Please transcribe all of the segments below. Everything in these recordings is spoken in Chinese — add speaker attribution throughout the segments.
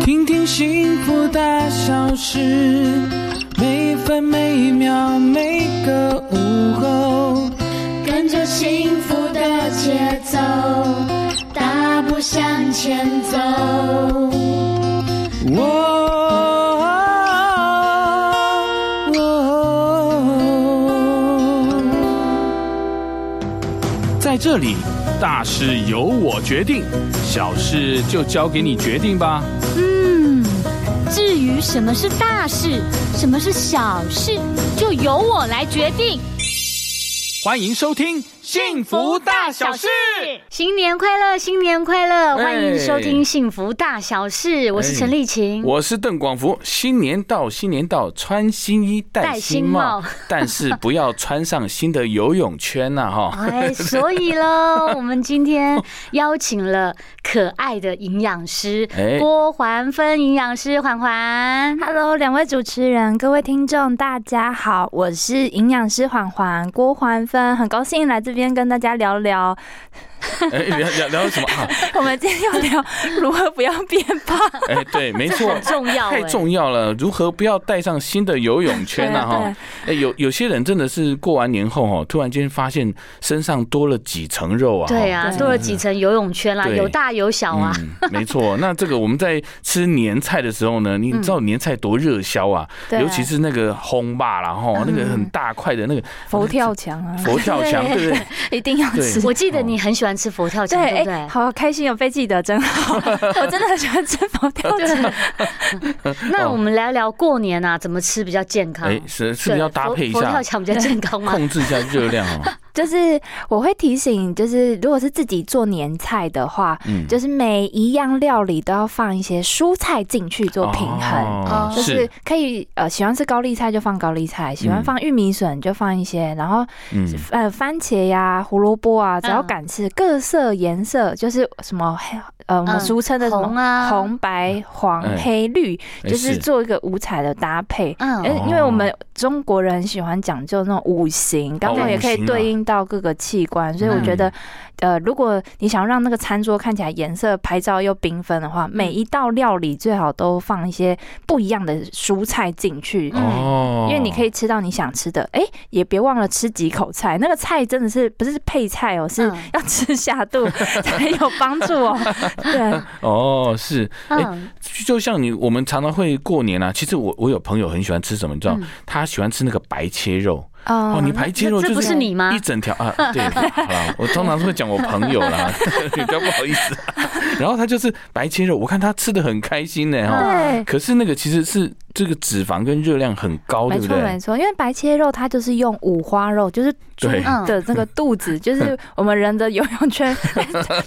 Speaker 1: 听听幸福大小事，每分每秒每个午后。
Speaker 2: 跟着幸福的节奏，大步向前走。
Speaker 1: 哦我。哦在这里，大事由我决定，小事就交给你决定吧。
Speaker 3: 嗯，至于什么是大事，什么是小事，就由我来决定。
Speaker 1: 欢迎收听《幸福大小事》。
Speaker 3: 新年快乐，新年快乐！
Speaker 1: 哎
Speaker 3: 欢迎收听《幸福大小事》，我是陈丽琴。
Speaker 1: 我是邓广福，新年到，新年到，穿新衣，戴
Speaker 3: 戴
Speaker 1: 新
Speaker 3: 新
Speaker 1: 帽
Speaker 3: 帽，
Speaker 1: 但是不要穿上新的游泳圈呐、 哈。
Speaker 3: 哎，所以 喽，我们今天邀请了可爱的营养师
Speaker 1: 哎
Speaker 3: 郭环芬营养师环环。
Speaker 4: Hello，两位主持人，各位听众，大家好，我是营养师环环郭环芬，很高兴来这边跟大家聊聊，
Speaker 1: 哎，聊聊聊什么啊？
Speaker 4: 我们今天要聊如何不要变 胖。
Speaker 1: 哎，对，没错，
Speaker 3: 很重要
Speaker 4: 欸
Speaker 3: 哎、
Speaker 1: 太重要了，如何不要带上新的游泳圈呢、啊？
Speaker 4: 对
Speaker 1: 哈
Speaker 4: 啊，
Speaker 1: 哎，有有些人真的是过完年后哦，突然间发现身上多了几层肉啊。
Speaker 3: 对啊，
Speaker 4: 对
Speaker 3: 多了几层游泳圈啦，
Speaker 1: 对
Speaker 3: 有大有小啊。
Speaker 1: 嗯，没错。那这个我们在吃年菜的时候呢，你知道
Speaker 3: 嗯
Speaker 1: 年菜多热销啊，
Speaker 4: 对
Speaker 1: 尤其是那个烘霸啦，吼，那个很大块的那个
Speaker 4: 佛跳墙啊，
Speaker 1: 佛跳 墙，对嗯不对？哦
Speaker 4: 一定要吃。
Speaker 3: 我记得你很喜欢吃佛跳墙，对
Speaker 4: 对，
Speaker 3: 不
Speaker 4: 哎、
Speaker 3: 对？
Speaker 4: 好开心哦，被记得真好，我真的很喜欢吃佛跳 墙。啊
Speaker 3: 那我们聊聊过年啊，怎么吃比较健康？
Speaker 1: 哦哎，是是不是要
Speaker 3: 对
Speaker 1: 搭配一
Speaker 3: 佛佛
Speaker 1: 下
Speaker 3: 跳，墙比较健 康吗？
Speaker 1: 控制一下热量哦？
Speaker 4: 就是我会提醒，就是如果是自己做年菜的话，
Speaker 1: 嗯，
Speaker 4: 就是每一样料理都要放一些蔬菜进去做平衡。
Speaker 1: 哦
Speaker 4: 就是是可以呃，喜欢吃高丽菜就放高丽菜，喜
Speaker 3: 嗯
Speaker 4: 欢放玉米笋就放一些，然后
Speaker 1: 嗯，
Speaker 4: 呃番茄呀、胡萝卜啊，只要
Speaker 3: 嗯
Speaker 4: 敢吃，各色颜色就是什么黑呃，我们
Speaker 3: 嗯
Speaker 4: 俗称的什么
Speaker 3: 红啊
Speaker 4: 红白黄
Speaker 1: 哎
Speaker 4: 黑绿，
Speaker 1: 哎
Speaker 4: 就是做一个五彩的搭配。哎
Speaker 3: 嗯，
Speaker 1: 哦，
Speaker 4: 因为我们中国人喜欢讲究那种五行，刚好也可
Speaker 1: 五行
Speaker 4: 以
Speaker 1: 啊嗯
Speaker 4: 对应到各个器官，所以我觉得，呃，如果你想让那个餐桌看起来颜色拍照又缤纷的话，
Speaker 1: 嗯
Speaker 4: 每一道料理最好都放一些不一样的蔬菜进去。
Speaker 3: 嗯
Speaker 1: 哦
Speaker 4: 因为你可以吃到你想吃的，哎、也别忘了吃几口菜。那个菜真的是不是配菜哦，是
Speaker 3: 嗯
Speaker 4: 要吃下 肚才有帮助哦。对，
Speaker 1: 哦，是哎
Speaker 3: 嗯，
Speaker 1: 就就像你，我们常常会过年啊。其实我我有朋友很喜欢吃什么，你知道，
Speaker 3: 嗯
Speaker 1: 他喜欢吃那个白切肉。哦，
Speaker 4: 哦
Speaker 1: 你白切肉
Speaker 3: 这
Speaker 1: 就
Speaker 3: 不是你吗
Speaker 1: 一整条啊？对， 好啦，我通常是会讲我朋友啦， 你不要不好意思。 然后他就是白切肉，我看他吃的很开心呢哈。
Speaker 4: 对，
Speaker 1: 可是那个其实是这个脂肪跟热量很高，对
Speaker 4: 没
Speaker 1: 不
Speaker 4: 错没
Speaker 1: 对？
Speaker 4: 错，因为白切肉它就是用五花肉，就是猪
Speaker 1: 对
Speaker 3: 嗯
Speaker 4: 的那个肚子， 就是我们人的游泳圈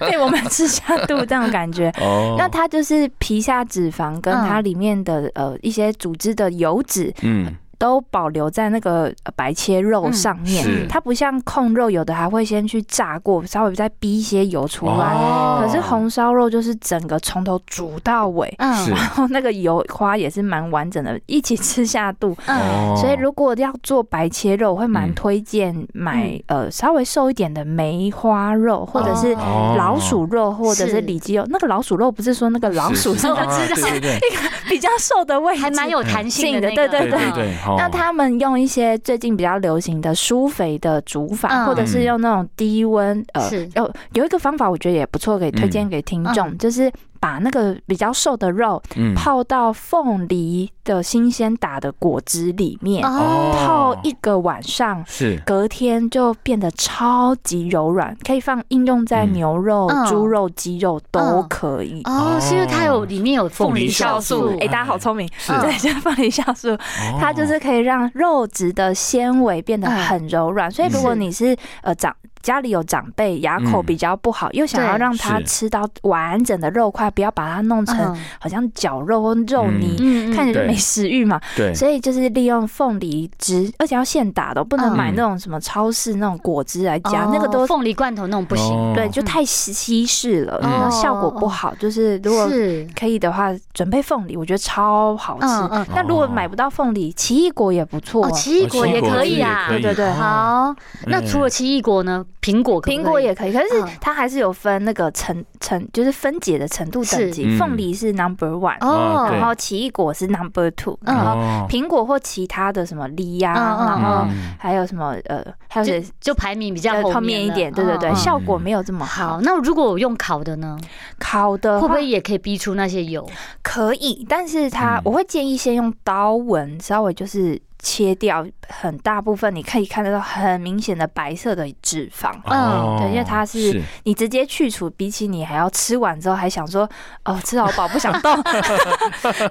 Speaker 4: 被我们吃下肚这样的感觉。
Speaker 1: 哦，
Speaker 4: 那它就是皮下脂肪跟它里面的呃一些组织的油脂
Speaker 1: 嗯，
Speaker 4: 都保留在那个呃白切肉上
Speaker 1: 嗯
Speaker 4: 面，
Speaker 1: 是
Speaker 4: 它不像控肉有的还会先去炸过，稍微再逼一些油出来。
Speaker 1: 哦
Speaker 4: 可是红烧肉就是整个从头煮到尾，
Speaker 3: 嗯
Speaker 1: 是
Speaker 4: 然后那个油花也是蛮完整的，一起吃下肚。
Speaker 3: 嗯，
Speaker 1: 哦，
Speaker 4: 所以如果要做白切肉，我会蛮
Speaker 1: 嗯
Speaker 4: 推荐买、
Speaker 3: 嗯
Speaker 4: 呃稍微瘦一点的梅花肉，或者是
Speaker 1: 哦
Speaker 4: 老鼠肉，或者
Speaker 3: 是
Speaker 4: 是里脊肉。那个老鼠肉不是说那个老鼠
Speaker 1: 是是
Speaker 4: 那个
Speaker 1: 啊对对对
Speaker 4: 比较瘦的位置，
Speaker 3: 哎还蛮有弹性的那
Speaker 4: 嗯
Speaker 3: 个，
Speaker 4: 对
Speaker 1: 对对
Speaker 3: 嗯
Speaker 1: 对，哦好
Speaker 4: 那他们用一些最近比较流行的疏肥的煮法，
Speaker 3: 嗯
Speaker 4: 或者是用那种低温呃
Speaker 3: 是，嗯
Speaker 4: 有有一个方法，我觉得也不错，可以推荐给听众，就是把那个比较瘦的肉
Speaker 1: 嗯
Speaker 4: 泡到凤梨的新鲜打的果汁里面，
Speaker 3: 哦，
Speaker 4: 泡一个晚上。
Speaker 1: 是
Speaker 4: 隔天就变得超级柔软，可以放应用在
Speaker 1: 嗯
Speaker 4: 牛肉、
Speaker 3: 嗯
Speaker 4: 猪肉、鸡肉都可以。
Speaker 5: 嗯
Speaker 3: 哦，是因为它有里面有凤
Speaker 1: 凤梨
Speaker 3: 梨
Speaker 1: 酵
Speaker 3: 酵
Speaker 1: 素
Speaker 3: 素
Speaker 4: 哎、，大家好聪明，
Speaker 1: 是
Speaker 4: 对， 就是凤梨酵素。它就
Speaker 1: 哦
Speaker 4: 是可以让肉质的纤维变得很柔软，所以如果你是呃长家里有长辈牙口比较不好，又想要让他
Speaker 1: 是
Speaker 4: 吃到完整的肉块，不要把它弄成
Speaker 3: 嗯
Speaker 4: 好像绞肉或肉泥，
Speaker 3: 嗯
Speaker 4: 看
Speaker 3: 嗯，
Speaker 4: 着就没食欲嘛。
Speaker 1: 对
Speaker 4: 所以就是利用凤梨汁，而且要现打的哦，不能
Speaker 3: 嗯
Speaker 4: 买那种什么超市那种果汁来加，
Speaker 3: 哦
Speaker 4: 那个都
Speaker 3: 凤梨罐头那种不行，
Speaker 1: 哦
Speaker 4: 对，就太稀稀释了，
Speaker 1: 嗯
Speaker 4: 然后效果不好。就是如
Speaker 5: 哦
Speaker 4: 果
Speaker 3: 是，
Speaker 4: 可以的话，准备凤梨，我觉得超好吃。
Speaker 3: 嗯嗯，
Speaker 4: 那如
Speaker 1: 哦
Speaker 4: 果买不到凤梨，奇异果也不错
Speaker 5: 哦
Speaker 3: 哦，。奇异果也可以啊
Speaker 1: 奇异果也可以
Speaker 4: 对对对
Speaker 1: 哦
Speaker 3: 好，那除了
Speaker 1: 哎
Speaker 3: 奇异果呢？
Speaker 5: 苹果可不可以，
Speaker 4: 嗯苹果也可以，可是
Speaker 5: 嗯
Speaker 4: 它还是有分那个程程，就是分解的程度等级。
Speaker 1: 是
Speaker 4: 凤梨是 number one，、
Speaker 1: 啊
Speaker 5: 哦，
Speaker 1: 对
Speaker 4: 然后奇异果是 number two，、
Speaker 5: 嗯
Speaker 4: 然后
Speaker 1: 哦，
Speaker 4: 苹果或其他的什么梨呀、
Speaker 5: 嗯嗯
Speaker 4: 然后
Speaker 1: 嗯
Speaker 4: 还有什么呃，还有
Speaker 5: 就
Speaker 4: 些
Speaker 5: 就排名比较
Speaker 4: 呃
Speaker 5: 后
Speaker 4: 后面一
Speaker 5: 了
Speaker 4: 点，对对对，
Speaker 5: 嗯
Speaker 1: 像
Speaker 4: 效果没有这么好呃
Speaker 5: 好，。那如果我用烤的呢，
Speaker 4: 烤的
Speaker 5: 会不
Speaker 4: 话
Speaker 5: 会也可以逼出那些油？
Speaker 4: 可以，但是它
Speaker 1: 嗯
Speaker 4: 我会建议先用刀纹稍微就是切掉很大部分，你可以看得到很明显的白色的脂肪。
Speaker 1: 哦
Speaker 4: 嗯对因为它是你直接去除，比起你还要吃完之后还想说哦吃好饱不想 动，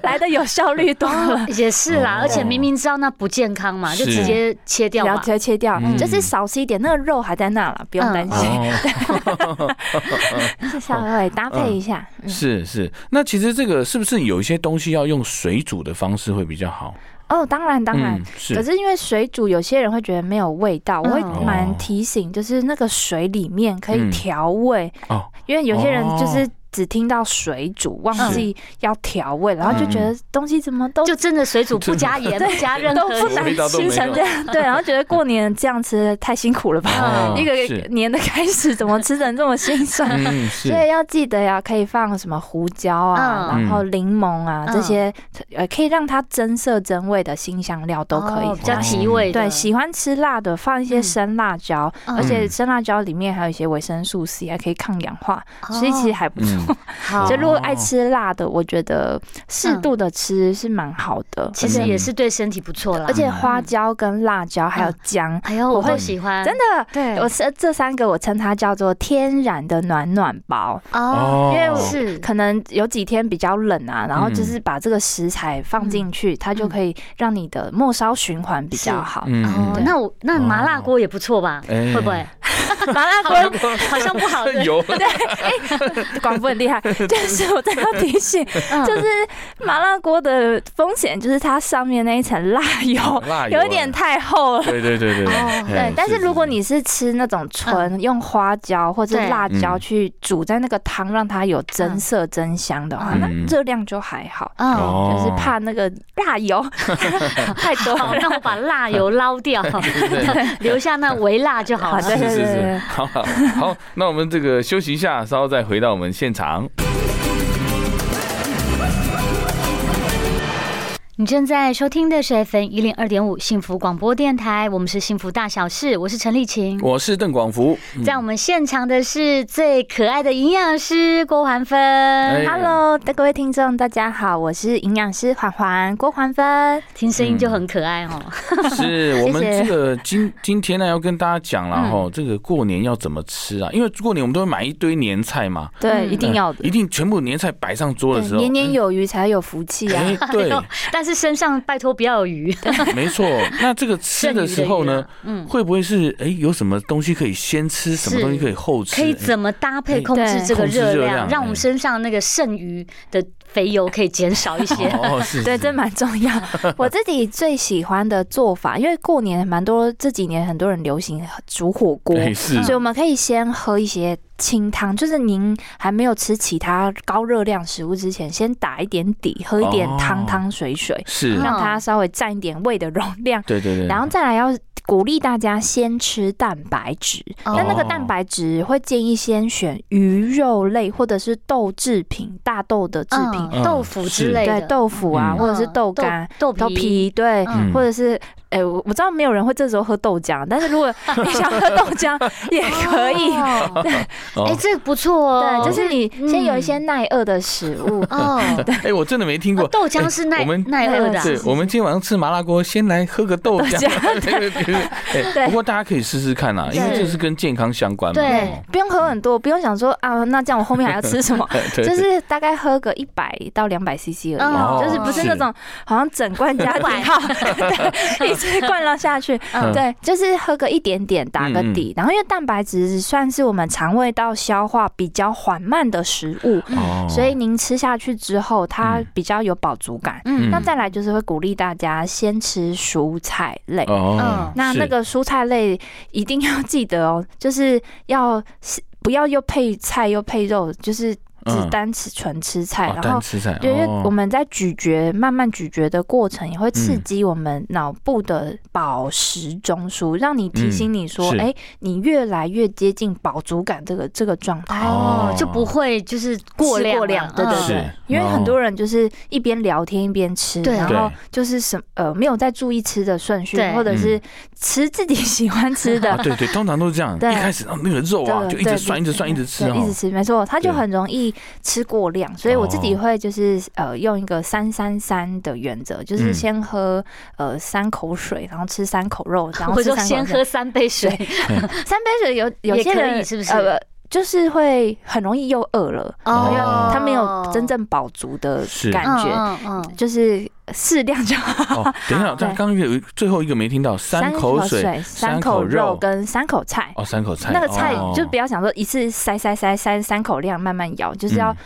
Speaker 4: 来的有效率多了。
Speaker 5: 也是啦，
Speaker 1: 哦
Speaker 5: 而且明明知道那不健康嘛，就是直接切掉
Speaker 4: 然后
Speaker 5: 吧
Speaker 4: 直。接切掉，
Speaker 1: 嗯
Speaker 4: 就是少吃一点，那个肉还在那了，
Speaker 5: 嗯
Speaker 4: 不用担 心，
Speaker 1: 哦，
Speaker 4: 就是稍微搭配一下。嗯
Speaker 1: 是是，那其实这个是不是有一些东西要用水煮的方式会比较好？
Speaker 4: 哦，当然当然
Speaker 1: 嗯，，是，
Speaker 4: 可是因为水煮，有些人会觉得没有味道，我会
Speaker 5: 嗯
Speaker 4: 蛮提醒，就是那个水里面可以
Speaker 1: 嗯
Speaker 4: 调味，
Speaker 1: 哦
Speaker 4: 因为有些人就
Speaker 1: 哦
Speaker 4: 是只听到水煮，忘记要调味，然
Speaker 1: 嗯
Speaker 4: 后就觉得东西怎么都
Speaker 5: 就真的水煮不加 盐，不加任
Speaker 4: 都
Speaker 5: 何油
Speaker 4: 不难
Speaker 1: 味道都没
Speaker 4: 吃
Speaker 1: 有
Speaker 4: 成这样， 对，然后觉得过年这样吃太辛苦了吧，
Speaker 1: 哦
Speaker 4: 一个
Speaker 1: 是
Speaker 4: 年的开始怎么吃成这么心酸？
Speaker 1: 嗯是
Speaker 4: 所以要记得呀，可以放什么胡椒啊，
Speaker 5: 嗯
Speaker 4: 然后柠檬啊、
Speaker 5: 嗯
Speaker 4: 这些，呃，可以让它增色增味的新香料都可以放、
Speaker 5: 哦比较提味的。
Speaker 4: 对，喜欢吃辣的放一些生辣椒，
Speaker 5: 嗯
Speaker 4: 而且生辣椒里面还有一些维生素 C，还可以抗氧化，
Speaker 5: 哦
Speaker 4: 所以其实还不错。
Speaker 1: 嗯，
Speaker 5: 好
Speaker 4: 就，如果爱吃辣的，我觉得适度的吃是蛮好的。
Speaker 5: 其实也是对身体不错啦。
Speaker 4: 而且花椒跟辣椒还有姜，
Speaker 5: 哎呦，
Speaker 4: 我
Speaker 5: 我
Speaker 4: 会
Speaker 5: 会喜欢，
Speaker 4: 真的，
Speaker 5: 对
Speaker 4: 我这这三个我称它叫做天然的暖暖包。
Speaker 5: 哦，
Speaker 1: 哦，
Speaker 4: 因为我
Speaker 5: 是
Speaker 4: 可能有几天比较冷啊，然后就是
Speaker 1: 嗯
Speaker 4: 把这个食材放进去，
Speaker 5: 嗯
Speaker 4: 它就可以让你的末梢循环比较好。
Speaker 1: 嗯
Speaker 5: 哦，
Speaker 1: 嗯
Speaker 5: 那我那麻辣锅也不错吧？
Speaker 1: 哎，
Speaker 5: 会不会？
Speaker 4: 麻辣
Speaker 5: 好像好像 不好 的
Speaker 1: 有
Speaker 4: 广播很厉害， 就是我真的要提醒，
Speaker 5: 就
Speaker 4: 就是麻辣锅的风险就是它上面那一层辣油
Speaker 1: 辣油啊
Speaker 4: 有点太厚了。
Speaker 1: 对对对对
Speaker 5: 哦
Speaker 1: 哎
Speaker 4: 对，但是如果你是吃那种纯用花椒或者
Speaker 5: 对
Speaker 4: 辣椒
Speaker 1: 嗯
Speaker 4: 去煮在那个汤，让它有增色增香的话，
Speaker 5: 嗯
Speaker 4: 那热量就还好，
Speaker 5: 嗯，
Speaker 4: 就是
Speaker 1: 哦
Speaker 4: 怕那个辣 油太多
Speaker 5: 好，
Speaker 4: 了。
Speaker 5: 那我把辣油捞 掉，留下那微辣就好
Speaker 4: 好
Speaker 5: 了。
Speaker 4: 的，对
Speaker 1: 是
Speaker 4: 对
Speaker 1: 是
Speaker 4: 对
Speaker 1: 是，
Speaker 4: 对。
Speaker 1: 好好好， 那我们这个休息一下，稍后再回到我们现场。
Speaker 5: 你正在收听的是 FM 一零二点五幸福广播电台，我们是幸福大小事，我是陈丽琴。
Speaker 1: 我是邓广福，嗯
Speaker 4: 嗯
Speaker 5: 在我们现场的是最可爱的营养师郭环芬，
Speaker 1: 哎
Speaker 4: 嗯 Hello，各位听众，大家好，我是营养师环环郭环芬。
Speaker 5: 听声
Speaker 1: 嗯
Speaker 5: 音就很可爱哦。
Speaker 1: 是我们
Speaker 4: 谢谢嗯
Speaker 1: 这个今今天呢要跟大家讲了哈，这个过年要怎么吃啊？因为过年我们都会买一堆年菜嘛，
Speaker 4: 对，
Speaker 5: 嗯
Speaker 4: 一定要的
Speaker 1: 哎一。定全部年菜摆上桌的时
Speaker 4: 对
Speaker 1: 候，
Speaker 4: 年年有余才有福气啊！
Speaker 1: 哎， 对，
Speaker 5: 但是身上拜托不要有鱼，
Speaker 1: 没错。那这个吃的时候
Speaker 4: 啊
Speaker 1: 呢，
Speaker 5: 嗯，
Speaker 1: 会不会是哎、有什么东西可以先吃，什么东西可以后吃？
Speaker 5: 可以
Speaker 1: 哎
Speaker 5: 怎么搭配控
Speaker 4: 哎
Speaker 5: 制这个
Speaker 1: 控制
Speaker 5: 热
Speaker 1: 热
Speaker 5: 量，
Speaker 1: 量
Speaker 5: 让我们
Speaker 1: 哎
Speaker 5: 身上那个剩余的肥油可以减少一些？
Speaker 1: 哦，是
Speaker 4: 对，这蛮重 要。我自己最喜欢的做法，因为过年蛮多，这几年很多人流行煮火锅，
Speaker 5: 哎
Speaker 1: 对哎是
Speaker 4: 所以我们可以先喝一些清汤，就是您还没有吃其他高热量食物之前，先打一点底，喝一点
Speaker 1: 哦
Speaker 4: 汤汤水水，
Speaker 1: 是，
Speaker 5: 嗯
Speaker 4: 让它稍微占一点胃的容量，
Speaker 1: 对对对，
Speaker 4: 然后再来要。鼓励大家先吃蛋白质，
Speaker 5: 哦
Speaker 4: 那那个蛋白质会建议先选鱼肉类或者是豆制品、大豆的制品，
Speaker 5: 嗯豆腐之类
Speaker 4: 对
Speaker 5: 的，
Speaker 4: 豆腐啊，
Speaker 1: 嗯
Speaker 4: 或者是
Speaker 5: 嗯
Speaker 4: 豆干、
Speaker 5: 豆
Speaker 4: 豆皮，对，
Speaker 1: 嗯
Speaker 4: 或者是哎、我我知道没有人会这时候喝豆浆，但是如果你想喝豆浆也可以。
Speaker 5: 哦哎，
Speaker 1: 哦，
Speaker 5: 这个不错哦，
Speaker 4: 对，就是你先有一些
Speaker 5: 嗯
Speaker 4: 耐饿的食物，
Speaker 5: 哦，
Speaker 1: 哎、我真的没听 过
Speaker 5: 啊。豆浆是
Speaker 1: 哎
Speaker 5: 耐
Speaker 1: 我们
Speaker 5: 耐饿的啊，
Speaker 1: 对，我们今天晚上吃麻辣锅，先来喝个豆
Speaker 4: 豆
Speaker 1: 浆。 对对对
Speaker 4: 对
Speaker 1: 哎不过大家可以试试看啊啦，因为
Speaker 5: 对
Speaker 1: 这是跟健康相关嘛。
Speaker 5: 对
Speaker 1: 哦？
Speaker 4: 不用喝很多，不用想说啊，那这样我后面还要吃什么
Speaker 1: 哎 对
Speaker 4: 就
Speaker 1: 对
Speaker 4: 是大概喝个一百到两百 CC 而已啊，
Speaker 5: 哦
Speaker 4: 就是不是那种好像整罐加
Speaker 5: 罐
Speaker 4: 挺好，对，一直灌了下去，
Speaker 1: 嗯
Speaker 4: 对，就是喝个一点点打个底，然后因为蛋白质算是我们肠胃道消化比较缓慢的食物，
Speaker 1: 哦
Speaker 4: 嗯所以您吃下去之后，它
Speaker 1: 嗯
Speaker 4: 比较有饱足感。
Speaker 5: 嗯
Speaker 1: 嗯
Speaker 4: 那再来就是会鼓励大家先吃蔬菜类。
Speaker 1: 哦
Speaker 5: 嗯，
Speaker 4: 那
Speaker 1: 是
Speaker 4: 那个蔬菜类一 定要记得哦，就是要是不要又配菜又配肉，就是只
Speaker 1: 嗯
Speaker 4: 单吃纯吃菜，
Speaker 1: 哦，
Speaker 4: 然后
Speaker 1: 单吃菜，
Speaker 4: 对，因为
Speaker 1: 哦
Speaker 4: 我们在咀嚼、慢慢咀嚼的过程，也会刺
Speaker 1: 嗯
Speaker 4: 激我们脑部的饱食中枢，让你提醒你说，
Speaker 1: 嗯是
Speaker 4: 哎、你越来越接近饱足感这个这个状态。
Speaker 5: 哦
Speaker 1: 哦，
Speaker 5: 就不会就是过
Speaker 4: 吃
Speaker 5: 量了，
Speaker 4: 过量，对对
Speaker 5: 嗯
Speaker 1: 是
Speaker 4: 对，因为很多人就是一边聊天一边吃，
Speaker 5: 对
Speaker 4: 然后就是什呃没有在注意吃的顺序
Speaker 5: 对，
Speaker 4: 或者
Speaker 1: 嗯
Speaker 4: 是吃自己喜欢吃 的
Speaker 1: 啊，，对对，通常都是这样，
Speaker 4: 对
Speaker 1: 一开始哦那个肉啊
Speaker 4: 对
Speaker 1: 就一
Speaker 4: 对
Speaker 1: 直涮，一直涮，一直吃
Speaker 4: 对一
Speaker 1: 哦
Speaker 4: 直，吃，没错，它就
Speaker 1: 对哦
Speaker 4: 很容易吃过量，所以我自己会就是、呃用一个三三三的原则，就是
Speaker 1: 嗯
Speaker 4: 先喝、呃三口水，然后吃三口肉，然后
Speaker 5: 我
Speaker 4: 吃
Speaker 5: 就
Speaker 4: 三口
Speaker 5: 先喝
Speaker 4: 肉
Speaker 5: 三杯水，
Speaker 4: 三杯水有，有
Speaker 5: 也
Speaker 4: 些
Speaker 5: 可
Speaker 4: 人
Speaker 5: 以是不是
Speaker 4: 呃就是会很容易又饿了，
Speaker 1: 哦
Speaker 4: 因为
Speaker 1: 哦
Speaker 4: 他没有真正饱足的
Speaker 1: 是
Speaker 4: 感觉，
Speaker 5: 嗯嗯嗯
Speaker 4: 就是适量就好。
Speaker 1: 哦，等一下，
Speaker 4: 对
Speaker 1: 刚刚有最后一个没听到，三口水，
Speaker 4: 三
Speaker 1: 三
Speaker 4: 口
Speaker 1: 口
Speaker 4: 肉
Speaker 1: 肉，
Speaker 4: 跟三口菜，
Speaker 1: 哦，三口菜，
Speaker 4: 那个菜
Speaker 1: 哦
Speaker 4: 就不要想说一次塞塞塞塞三口量慢慢咬，就是要、
Speaker 1: 嗯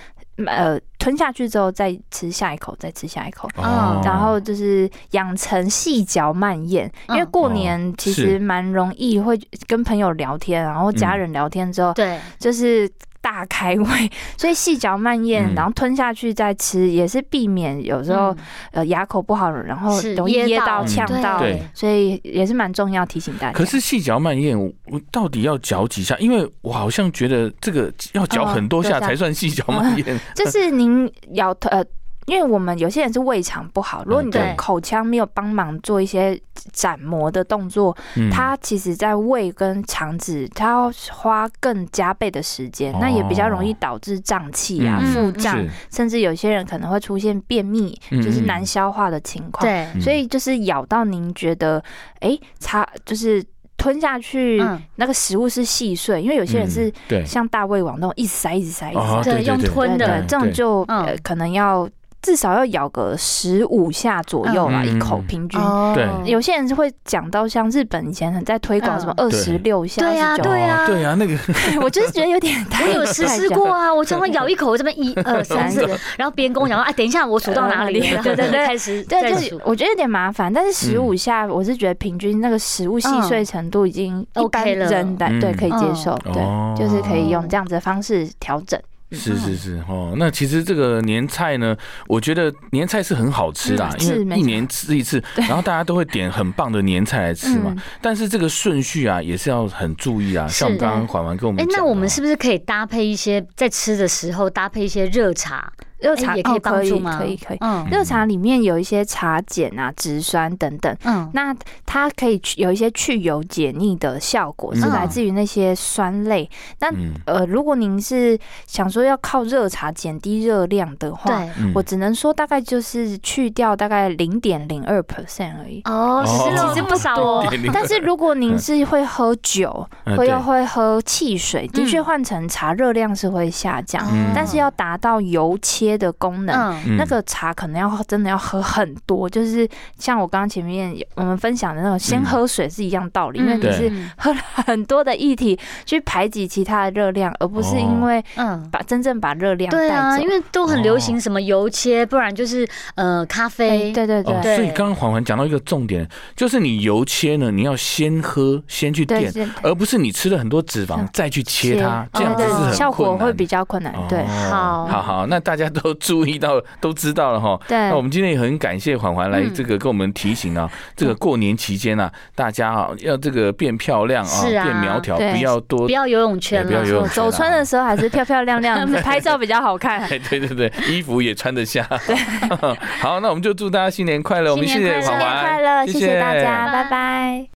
Speaker 4: 呃吞下去之后再吃下一口，再吃下一口。
Speaker 1: 哦
Speaker 4: 嗯然后就是养成细嚼慢咽，因为
Speaker 5: 嗯
Speaker 4: 过年其实
Speaker 1: 哦是嗯
Speaker 4: 蛮容易会跟朋友聊天，然后家人聊天之后
Speaker 5: 对，
Speaker 4: 就是大开胃， 所以细嚼慢咽，
Speaker 1: 嗯
Speaker 4: 然后吞下去再吃，也是避免有时候
Speaker 5: 嗯
Speaker 4: 呃牙口不好，然后
Speaker 5: 是
Speaker 4: 容易噎到、
Speaker 1: 嗯
Speaker 4: 呛到
Speaker 1: 对，
Speaker 4: 所以也是蛮重要提醒大家。
Speaker 1: 可是细嚼慢咽，我我到底要嚼几下？因为我好像觉得这个要嚼很多
Speaker 4: 嗯多
Speaker 1: 下
Speaker 4: 下
Speaker 1: 才算细嚼慢咽。
Speaker 4: 就是您咬呃，因为我们有些人是胃肠不好，
Speaker 1: 嗯
Speaker 4: 如果你的
Speaker 5: 对
Speaker 4: 口腔没有帮忙做一些斩磨的动作，
Speaker 1: 嗯
Speaker 4: 它其实在胃跟肠子，它要花更加倍的时间，
Speaker 1: 哦
Speaker 4: 那也比较容易导致胀气啊、
Speaker 1: 嗯
Speaker 4: 腹
Speaker 5: 嗯
Speaker 4: 胀
Speaker 1: 是，
Speaker 4: 甚至有些人可能会出现便秘，
Speaker 1: 嗯
Speaker 4: 就是难消化的情况。
Speaker 5: 对，
Speaker 1: 嗯
Speaker 4: 所以就是咬到您觉得，哎，它就是吞下去
Speaker 5: 嗯
Speaker 4: 那个食物是细碎，因为有些人是
Speaker 1: 嗯对
Speaker 4: 像大胃王那种一直塞一直塞一直塞
Speaker 1: 哦，对对
Speaker 5: 用
Speaker 1: 对
Speaker 5: 吞
Speaker 4: 对
Speaker 5: 的
Speaker 4: 对，这种
Speaker 1: 对
Speaker 4: 就
Speaker 5: 嗯
Speaker 4: 呃可能要至少要咬个十五下左右啦，
Speaker 1: 嗯
Speaker 4: 一口平均。
Speaker 5: 哦
Speaker 1: 对
Speaker 4: 有些人是会讲到像日本以前很在推广什么
Speaker 5: 嗯
Speaker 4: 二十六下、
Speaker 5: 对呀
Speaker 4: 二十九
Speaker 5: 对啊
Speaker 1: 哦对啊，那个
Speaker 4: 下，我就是觉得有 点太
Speaker 5: 我有实施过。 啊，我常常咬一口，这边一二三四
Speaker 4: 真，
Speaker 5: 然后别人跟我讲说，哎，等一下我数到哪里，
Speaker 4: 呃
Speaker 5: 然后
Speaker 4: 对对对
Speaker 5: 开始
Speaker 4: 太
Speaker 5: 再
Speaker 4: 讲对，哦就是
Speaker 5: 数。
Speaker 4: 我觉得有点麻烦，但是十五下，我是觉得平均那个食物细碎程度已经
Speaker 5: 嗯
Speaker 4: 一般
Speaker 5: OK 了
Speaker 4: 人的
Speaker 1: 嗯
Speaker 4: 对可以接受，
Speaker 1: 哦
Speaker 4: 对，就是可以嗯用这样子的方式调整。
Speaker 1: 是是是哦，那其实这个年菜呢，我觉得年菜是很好吃啦，
Speaker 4: 嗯
Speaker 1: 因
Speaker 4: 是
Speaker 1: 为
Speaker 4: 没
Speaker 1: 一
Speaker 4: 错
Speaker 1: 年吃一次，然后大家都会点很棒的年菜来吃嘛。
Speaker 4: 嗯
Speaker 1: 但是这个顺序啊，也是要很注意啊。
Speaker 5: 是
Speaker 1: 像我们刚刚缓完跟我们
Speaker 5: 哎，
Speaker 1: 讲的
Speaker 5: 那
Speaker 1: 哦，
Speaker 5: 我们是不是可以搭配一些在吃的时候搭配一些热茶？
Speaker 4: 热
Speaker 5: 哎
Speaker 4: 茶
Speaker 5: 也可以
Speaker 4: 哦
Speaker 5: 帮助吗？
Speaker 4: 可以可以。
Speaker 5: 嗯
Speaker 4: 热茶里面有一些茶碱啊、植酸等等，
Speaker 5: 嗯，
Speaker 4: 那它可以去有一些去油解腻的效果，是
Speaker 1: 嗯
Speaker 4: 来自于那些酸类。那
Speaker 1: 嗯
Speaker 4: 呃，如果您是想说要靠热茶减低热量的话，
Speaker 5: 对。
Speaker 1: 嗯
Speaker 4: 我只能说大概就是去掉大概零点零二 percent 而已。
Speaker 5: 哦，其实肉
Speaker 1: 哦
Speaker 5: 其实不少哦，
Speaker 1: 点零
Speaker 4: 但是如果您
Speaker 1: 嗯
Speaker 4: 是会喝酒，
Speaker 1: 嗯
Speaker 4: 会
Speaker 1: 对
Speaker 4: 又会喝汽水，的确
Speaker 5: 嗯
Speaker 4: 换成茶热量是会下降，
Speaker 1: 嗯
Speaker 4: 但是要达到油切的功能，
Speaker 5: 哦
Speaker 1: 嗯
Speaker 5: 嗯
Speaker 4: 那个茶可能要真的要喝很多，就是像我刚刚前面有我们分享的那种，先
Speaker 1: 嗯
Speaker 4: 喝水是一样道理，因为
Speaker 5: 嗯
Speaker 4: 你是
Speaker 5: 嗯
Speaker 4: 喝了很多的液体去排挤其他的热量，而不是
Speaker 1: 哦
Speaker 4: 因为
Speaker 5: 嗯，
Speaker 4: 把真正把热量带
Speaker 5: 对啊，
Speaker 4: 走
Speaker 5: 因。为都很流
Speaker 1: 哦
Speaker 5: 行什么油切，不然就是呃咖啡，
Speaker 4: 哎对对
Speaker 1: 哦，
Speaker 4: 对
Speaker 5: 对
Speaker 1: 所以刚刚缓缓讲到一个重点，就是你油切呢，你要先喝，先去
Speaker 4: 对
Speaker 1: 垫，
Speaker 4: 对，
Speaker 1: 而不是你吃了很多脂肪
Speaker 4: 嗯
Speaker 1: 再去呃切它，这样子
Speaker 4: 哦对
Speaker 1: 是
Speaker 4: 对
Speaker 1: 很
Speaker 4: 效果
Speaker 1: 困难
Speaker 4: 会比较困难
Speaker 1: 哦。
Speaker 4: 对
Speaker 5: 好
Speaker 1: 好好，那大家都 注意到，都知道了哈。
Speaker 4: 对
Speaker 1: 那我们今天也很感谢缓缓来这个跟我们提醒啊，这个过年期间啊，大家啊要这个变漂亮啊，
Speaker 5: 是啊
Speaker 1: 变苗条，
Speaker 4: 对
Speaker 1: 不要多
Speaker 5: 不要游泳圈
Speaker 1: 对不要游
Speaker 5: 了
Speaker 1: 泳，
Speaker 4: 走
Speaker 1: 圈
Speaker 4: 村
Speaker 1: 啊
Speaker 4: 的时候还是漂漂 亮亮，拍照比较好看。
Speaker 1: 哎对对对对，衣服也穿得下。 好，那我们就祝大家新年快乐。我们谢谢
Speaker 5: 新年
Speaker 1: 环
Speaker 5: 快乐
Speaker 1: 环，
Speaker 4: 快乐，谢谢大家，拜拜。